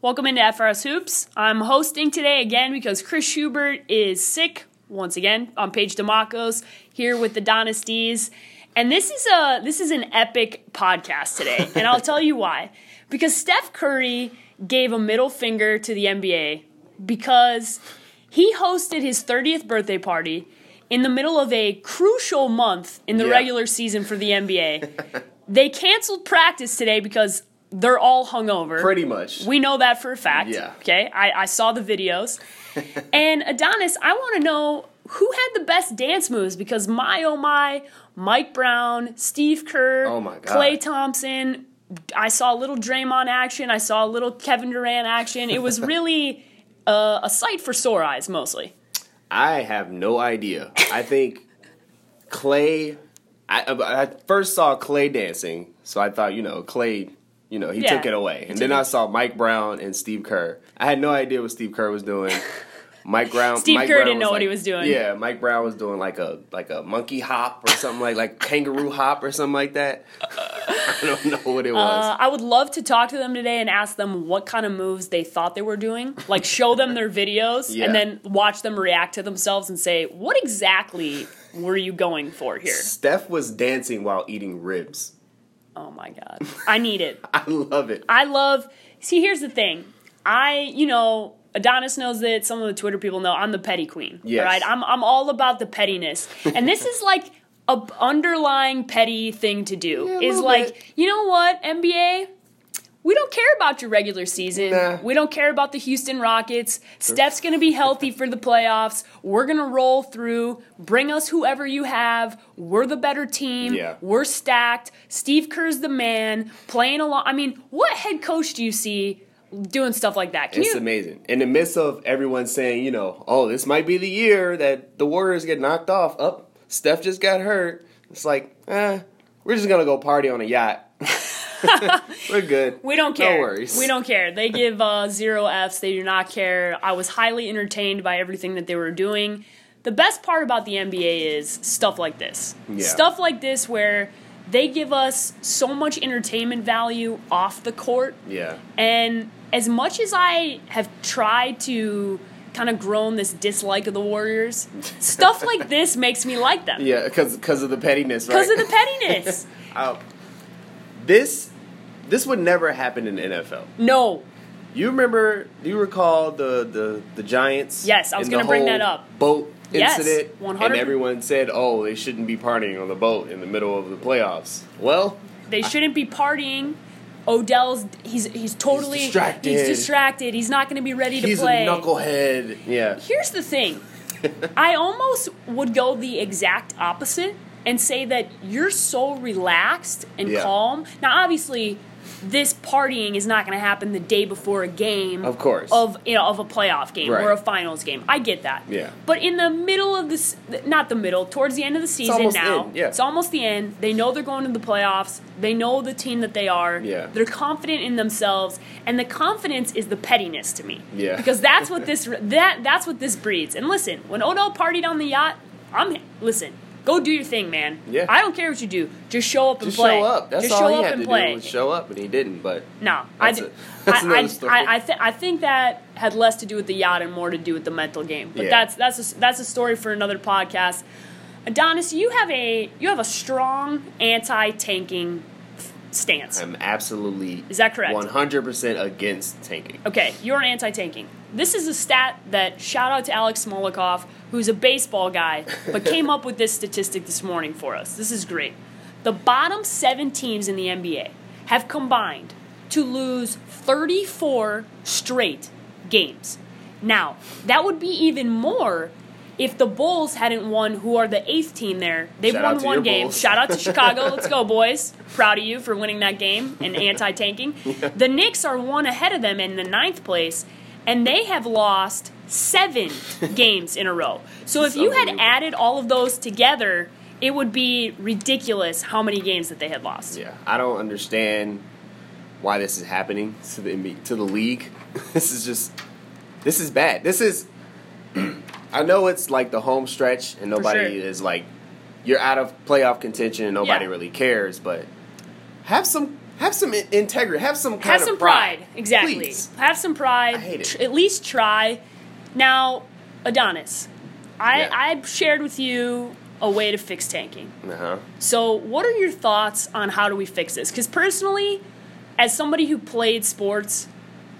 Welcome into FRS Hoops. I'm hosting today again because Chris Schubert is sick once again. I'm Paige Demacos here with the Dynasties, and this is a this is an epic podcast today, and I'll tell you why. Because Steph Curry gave a middle finger to the NBA because he hosted his 30th birthday party in the middle of a crucial month in the Yeah. regular season for the NBA. they canceled practice today because they're all hungover. Pretty much. We know that for a fact. Yeah. Okay. I, I saw the videos. and Adonis, I want to know who had the best dance moves because my oh my, Mike Brown, Steve Kerr, Oh my God. Clay Thompson. I saw a little Draymond action. I saw a little Kevin Durant action. It was really uh, a sight for sore eyes, mostly. I have no idea. I think Clay. I, I I first saw Clay dancing, so I thought, you know, Clay, you know, he Yeah, took it away. And took then it- I saw Mike Brown and Steve Kerr. I had no idea what Steve Kerr was doing. Mike Brown. Steve Mike Kerr Brown didn't know what he like- was doing. Yeah, Mike Brown was doing like a like a monkey hop or something like like kangaroo hop or something like that. I don't know what it was. Uh, I would love to talk to them today and ask them what kind of moves they thought they were doing. Like, show them their videos Yeah. and then watch them react to themselves and say, what exactly were you going for here? Steph was dancing while eating ribs. Oh my God. I need it. I love it. I love. See, here's the thing. I, you know, Adonis knows that. Some of the Twitter people know I'm the petty queen. Yes. Right. I'm I'm all about the pettiness, and this is like a b- underlying petty thing to do. Yeah, a is little like, bit. you know what, NBA. We don't care about your regular season. Nah. We don't care about the Houston Rockets. Steph's going to be healthy for the playoffs. We're going to roll through. Bring us whoever you have. We're the better team. Yeah. Mm-hmm. We're stacked. Steve Kerr's the man playing along. I mean, what head coach do you see doing stuff like that? Can It's you- amazing. In the midst of everyone saying, you know, oh, this might be the year that the Warriors get knocked off. Up, Steph just got hurt. It's like, eh, we're just gonna go party on a yacht. we're good. we don't care. No worries. We don't care. They give uh, zero Fs. They do not care. I was highly entertained by everything that they were doing. The best part about the NBA is stuff like this. Yeah. Stuff like this where they give us so much entertainment value off the court. Yeah. And as much as I have tried to kind of grown this dislike of the Warriors, stuff like this makes me like them Yeah, because of the pettiness, right? because of the pettiness. Uh, this this would never happen in the NFL. no, You remember? Do you recall the the the Giants? Yes, I was and gonna the bring whole that up. Boat Yes, incident, 100 and everyone said, "Oh, they shouldn't be partying on the boat in the middle of the playoffs." Well, they shouldn't be partying. Odell's he's he's totally distracted. He's distracted. He's not going to be ready to he's play. a knucklehead. Yeah, Here's the thing. I almost would go the exact opposite and say that you're so relaxed and Yeah. calm. Now, obviously, this partying is not going to happen the day before a game. Of course. Of you know of a playoff game Right. or a finals game. I get that. Yeah. But in the middle of this, not the middle, towards the end of the season almost now. in, yeah. It's almost the end. They know they're going to the playoffs. They know the team that they are. Yeah. They're confident in themselves, and the confidence is the pettiness to me. Yeah. Because that's what this that that's what this breeds. And listen, when Odell partied on the yacht, I'm listen. Go do your thing, man. Yeah. I don't care what you do. Just show up and just play. show up. That's Just all show he up had and to play. do was show up, and he didn't. But no, That's I, d- a- that's I- another I- story. I, I, th- I think that had less to do with the yacht and more to do with the mental game. But Yeah. that's that's a, that's a story for another podcast. Adonis, you have a you have a strong anti-tanking f- stance. I'm absolutely Is that correct? 100 percent against tanking. Okay, you're anti tanking. This is a stat that shout out to Alex Smolikoff, who's a baseball guy, but came up with this statistic this morning for us. This is great. The bottom seven teams in the NBA have combined to lose 34 straight games. Now, that would be even more if the Bulls hadn't won, who are the eighth team there. They've Shout out won to one your game. Bulls. Shout out to Chicago. Let's go, boys. Proud of you for winning that game and anti tanking. The Knicks are one ahead of them in the ninth place, and they have lost seven games in a row. So if It's you had unbelievable. added all of those together, it would be ridiculous how many games that they had lost. Yeah, I don't understand why this is happening to the NBA to the league. this is just this is bad. This is I know it's like the home stretch and nobody sure. is like you're out of playoff contention and nobody Yeah. really cares, but have some Have some in- integrity. Have some kind Have of some pride. Exactly. Please. Have some pride. I hate it. Tr- At least try. Now, Adonis, I, Yeah. I shared with you a way to fix tanking. Uh-huh. So, what are your thoughts on how do we fix this? Because personally, as somebody who played sports,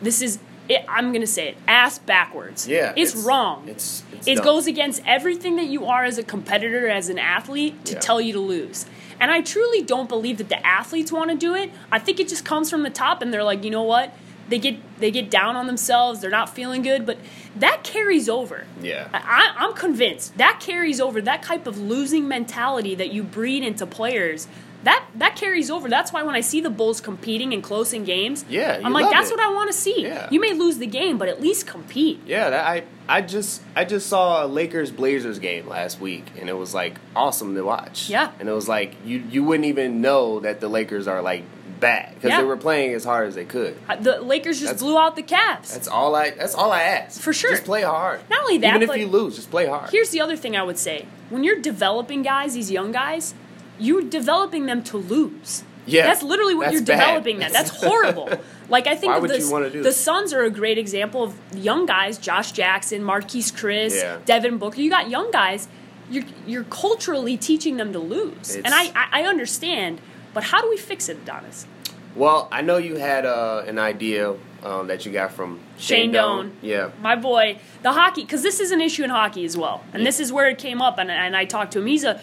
this is it, I'm going to say it ass backwards. Yeah, it's, it's- wrong. it's- it's it dumb. goes against everything that you are as a competitor, as an athlete, to Yeah. tell you to lose. And I truly don't believe that the athletes want to do it. I think it just comes from the top, and they're like, you know what? They get they get down on themselves. They're not feeling good, but that carries over. Yeah. I, I'm convinced that carries over. That type of losing mentality that you breed into players, that that carries over. That's why when I see the Bulls competing and close in games, Yeah, you I'm like, love that's it. what I want to see. Yeah. You may lose the game, but at least compete. Yeah, that, I I just I just saw a Lakers Blazers game last week, and it was like awesome to watch. Yeah. and it was like you you wouldn't even know that the Lakers are like bad because Yeah. they were playing as hard as they could. Uh, The Lakers just That's- blew out the Cavs. That's all I that's all I ask. For sure. just play hard. Not only that, even if but- you lose, just play hard. Here's the other thing I would say: when you're developing guys, these young guys, you're developing them to lose. Yeah, that's literally what that's you're bad. developing. That that's horrible. Like I think Why of would the, you wanna do the that? Suns are a great example of young guys: Josh Jackson, Marquise Chris, Yeah. Devin Booker. You got young guys. You're you're culturally teaching them to lose, and I, It's- I I understand. But how do we fix it, Adonis? well, I know you had uh, an idea um, that you got from Shane Doan. Yeah, My boy, the hockey, because this is an issue in hockey as well. And this is where it came up, and, and I talked to him. He's a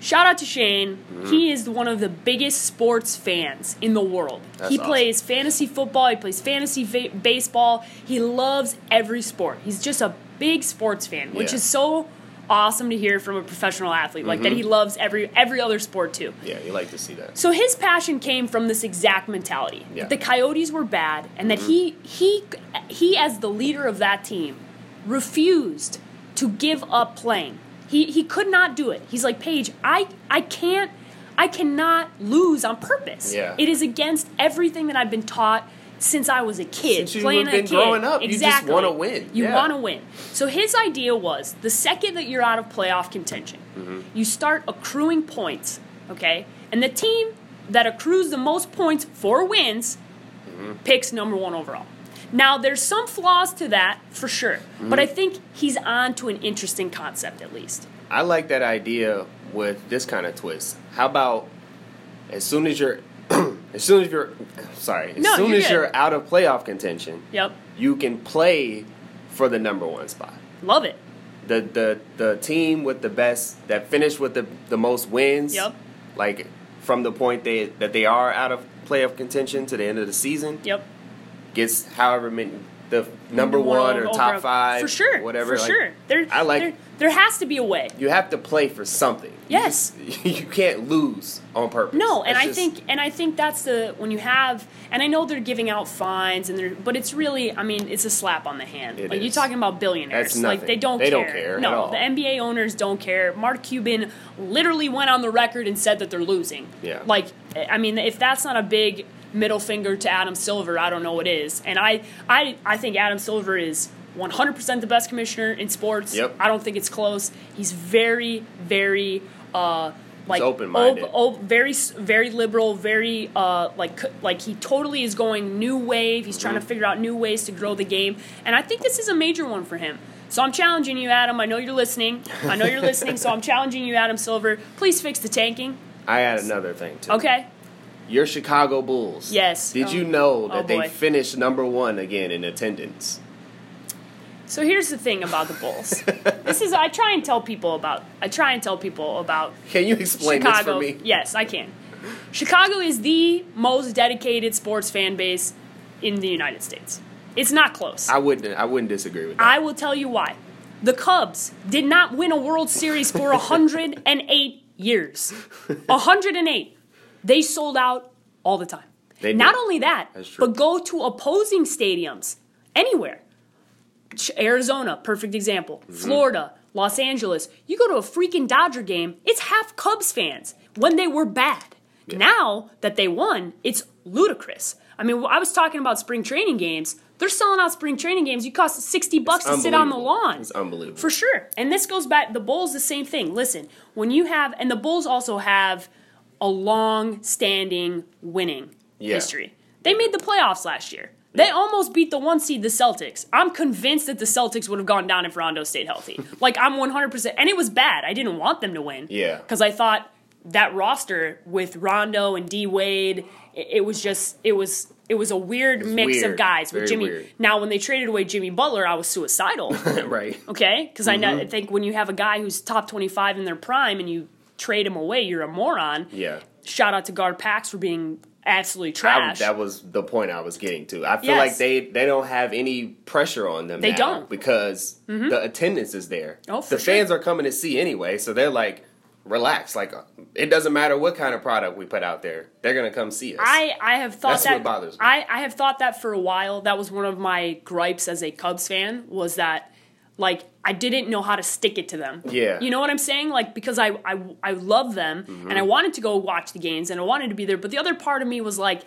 shout out to Shane. Mm-hmm. He is one of the biggest sports fans in the world. That's he awesome. plays fantasy football, he plays fantasy va- baseball. He loves every sport. He's just a big sports fan, which Yeah. is so awesome to hear from a professional athlete like that he Mm-hmm. loves every every other sport too. yeah, you like to see that. So his passion came from this exact mentality. Yeah. Mm-hmm. that The Coyotes were bad and that he he he as the leader of that team refused to give up playing. He he could not do it. He's like, "Paige, I I can't I cannot lose on purpose. Yeah. It is against everything that I've been taught since I was a kid. Since you playing have a been kid. growing up, you just exactly. wanna win. You Yeah. want to win. So his idea was the second that you're out of playoff contention, Mm-hmm. you start accruing points, okay? And the team that accrues the most points for wins Mm-hmm. picks number one overall. Now, there's some flaws to that for sure, Mm-hmm. but I think he's on to an interesting concept at least. I like that idea with this kind of twist. How about as soon as you're as soon as you're sorry, as No, soon you're as good. you're out of playoff contention, Yep. you can play for the number one spot. Love it. The the the team with the best that finished with the the most wins. Yep. Like from the point they that they are out of playoff contention to the end of the season Yep. gets however many the number World one or overall- top five For sure. whatever For like, sure. There, I like there, there has to be a way. you have to play for something. You Yes. just- You, can't lose on purpose. No, and That's I just- think and I think that's the when you have and I know they're giving out fines and they're but it's really I mean it's a slap on the hand. It like you're is. talking about billionaires. That's like nothing. they don't They care. don't care at no, all. the NBA owners don't care. Mark Cuban literally went on the record and said that they're losing. Yeah. Like I mean if that's not a big middle finger to Adam Silver, I don't know what is. And I I I think Adam Silver is 100% the best commissioner in sports. Yep. I don't think it's close. He's very very uh like open-minded. ob- oh, very s- very liberal, very uh, like c- like he totally is going new wave. He's trying to Mm-hmm. figure out new ways to grow the game, and I think this is a major one for him. So I'm challenging you, Adam. I know you're listening. I know you're listening. So I'm challenging you, Adam Silver. Please fix the tanking. I had another thing too. Okay. Your Chicago Bulls. Yes. Did Oh. you know that Oh, boy. they finished number one again in attendance? So here's the thing about the Bulls. this is I try and tell people about. I try and tell people about Can you explain Chicago. this for me? Yes, I can. Chicago is the most dedicated sports fan base in the United States. It's not close. I wouldn't. I wouldn't disagree with that. I will tell you why. The Cubs did not win a World Series for 108 years. 108. They sold out all the time. They not did. only that, That's true. but go to opposing stadiums anywhere. Ch- Arizona, perfect example. Mm-hmm. Florida, Los Angeles. You go to a freaking Dodger game, it's half Cubs fans when they were bad. Now that they won, it's ludicrous. I mean, I was talking about spring training games. They're selling out spring training games. You cost 60 bucks to sit on the unbelievable. lawn. It's unbelievable. For sure. And this goes back the Bulls the same thing. Listen, when you have and the Bulls also have a long standing winning Yeah. history. They made the playoffs last year. They almost beat the one seed, the Celtics. I'm convinced that the Celtics would have gone down if Rondo stayed healthy. like I'm 100%, and it was bad. I didn't want them to win. Yeah. because I thought that roster with Rondo and D Wade, it, it was just it was it was a weird mix of weird. guys with Very Jimmy. weird. Now when they traded away Jimmy Butler, I was suicidal. right. Okay, because I Mm-hmm. know, I think when you have a guy who's top twenty five in their prime and you trade him away, you're a moron. Yeah. Shout out to Guard Pax for being absolutely I, trash. that was the point I was getting to. I feel Yes. like they they don't have any pressure on them. They now don't. Mm-hmm. because the attendance is there. Oh, for the sure. fans are coming to see anyway, so they're like, relax. Like it doesn't matter what kind of product we put out there, they're gonna come see us. I, I have thought That's that what bothers me. I, I have thought that for a while. That was one of my gripes as a Cubs fan was that like I didn't know how to stick it to them. Yeah. Mm-hmm. You know what I'm saying? Like because I I, I love them and I wanted to go watch the games and I wanted to be there, but the other part of me was like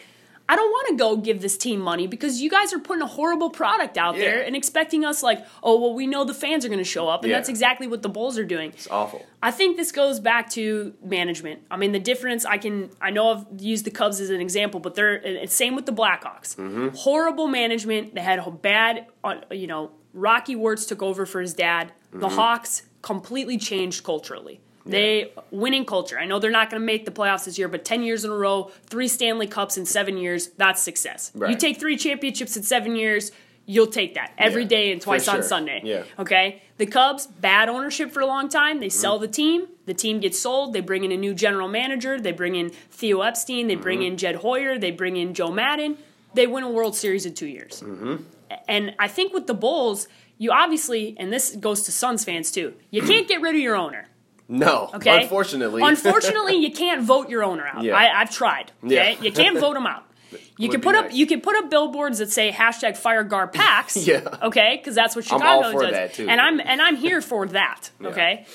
I don't want to go give this team money because you guys are putting a horrible product out Yeah. there and expecting us like, oh well, we know the fans are going to show up, and Yeah. that's exactly what the Bulls are doing. it's awful. I think this goes back to management. I mean, the difference I can I know I've used the Cubs as an example, but they're and it's same with the Blackhawks. Horrible management. They had a bad, uh, you know, Rocky Wirtz took over for his dad. The Hawks completely changed culturally. They winning culture. I know they're not going to make the playoffs this year, but ten years in a row, three Stanley Cups in seven years, that's success. You Right. take three championships in seven years, you'll take that every Yeah, day and for twice on sure. Sunday. Yeah. Okay. The Cubs, bad ownership for a long time. They sell Mm-hmm. the team. The team gets sold. They bring in a new general manager. They bring in Theo Epstein. They bring Mm-hmm. in Jed Hoyer. They bring in Joe Madden. They win a World Series in two years. Mm-hmm. A- And I think with the Bulls, you obviously, and this goes to Suns fans too, you can't get rid of your owner. No, Okay. unfortunately, unfortunately, you can't vote your owner out. Yeah. I, I've tried. Okay, Yeah. you can't vote them out. You Would can be put up nice. you can put up billboards that say hashtag fire gar packs. Yeah. Okay, because that's what I'm Chicago all for does. that, too. And I'm and I'm here for that. Okay.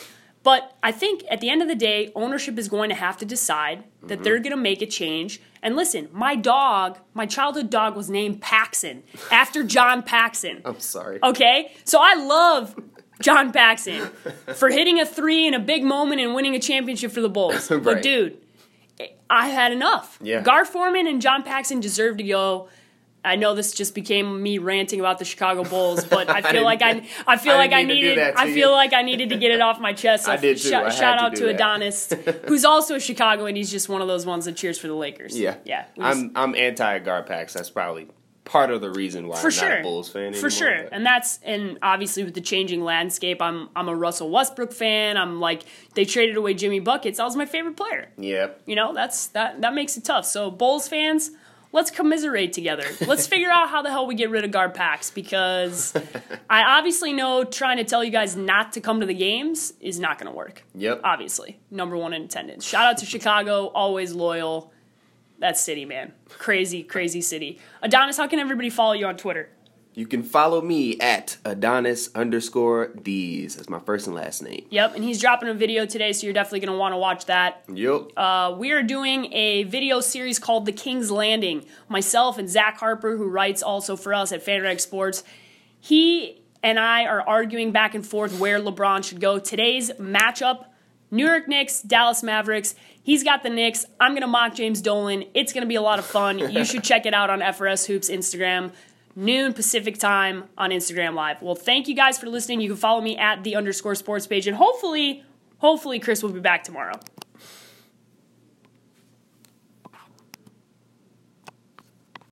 But I think at the end of the day, ownership is going to have to decide that they're Mm-hmm. going to make a change. And listen, my dog, my childhood dog was named Paxson after John Paxson. I'm sorry. Okay, so I love John Paxson for hitting a three in a big moment and winning a championship for the Bulls. But Right. dude, I had enough. Yeah. Gar Foreman and John Paxson deserve to go. I know this just became me ranting about the Chicago Bulls, but I I feel like I didn't- I feel I like I didn't mean to do needed that to I feel you. like I needed to get it off my chest. So I did too. shou- I had shout to out do to that. Adonis, who's also a Chicagoan. He's just one of those ones that cheers for the Lakers. yeah, yeah. we just- I'm I'm anti guard packs. That's probably part of the reason why for I'm sure. not a Bulls fan. for anymore, sure, but- and that's and obviously with the changing landscape, I'm I'm a Russell Westbrook fan. I'm like they traded away Jimmy buckets. That was my favorite player. yeah, You know that's that that makes it tough. So Bulls fans, let's commiserate together. Let's figure out how the hell we get rid of guard packs because I obviously know trying to tell you guys not to come to the games is not going to work. Yep. Obviously, number one in attendance. Shout out to Chicago, always loyal. That city, man. Crazy, crazy city. Adonis, how can everybody follow you on Twitter? You can follow me at Adonis underscore D's. That's my first and last name. Yep, and he's dropping a video today, so you're definitely going to want to watch that. Yup. Uh, we are doing a video series called The King's Landing. Myself and Zach Harper, who writes also for us at FanRag Sports, he and I are arguing back and forth where LeBron should go. Today's matchup New York Knicks, Dallas Mavericks. He's got the Knicks. I'm going to mock James Dolan. It's going to be a lot of fun. You should check it out on FRS Hoops Instagram. Noon Pacific time on Instagram Live. Well, thank you guys for listening. You can follow me at the underscore sports page, and hopefully, hopefully, Chris will be back tomorrow.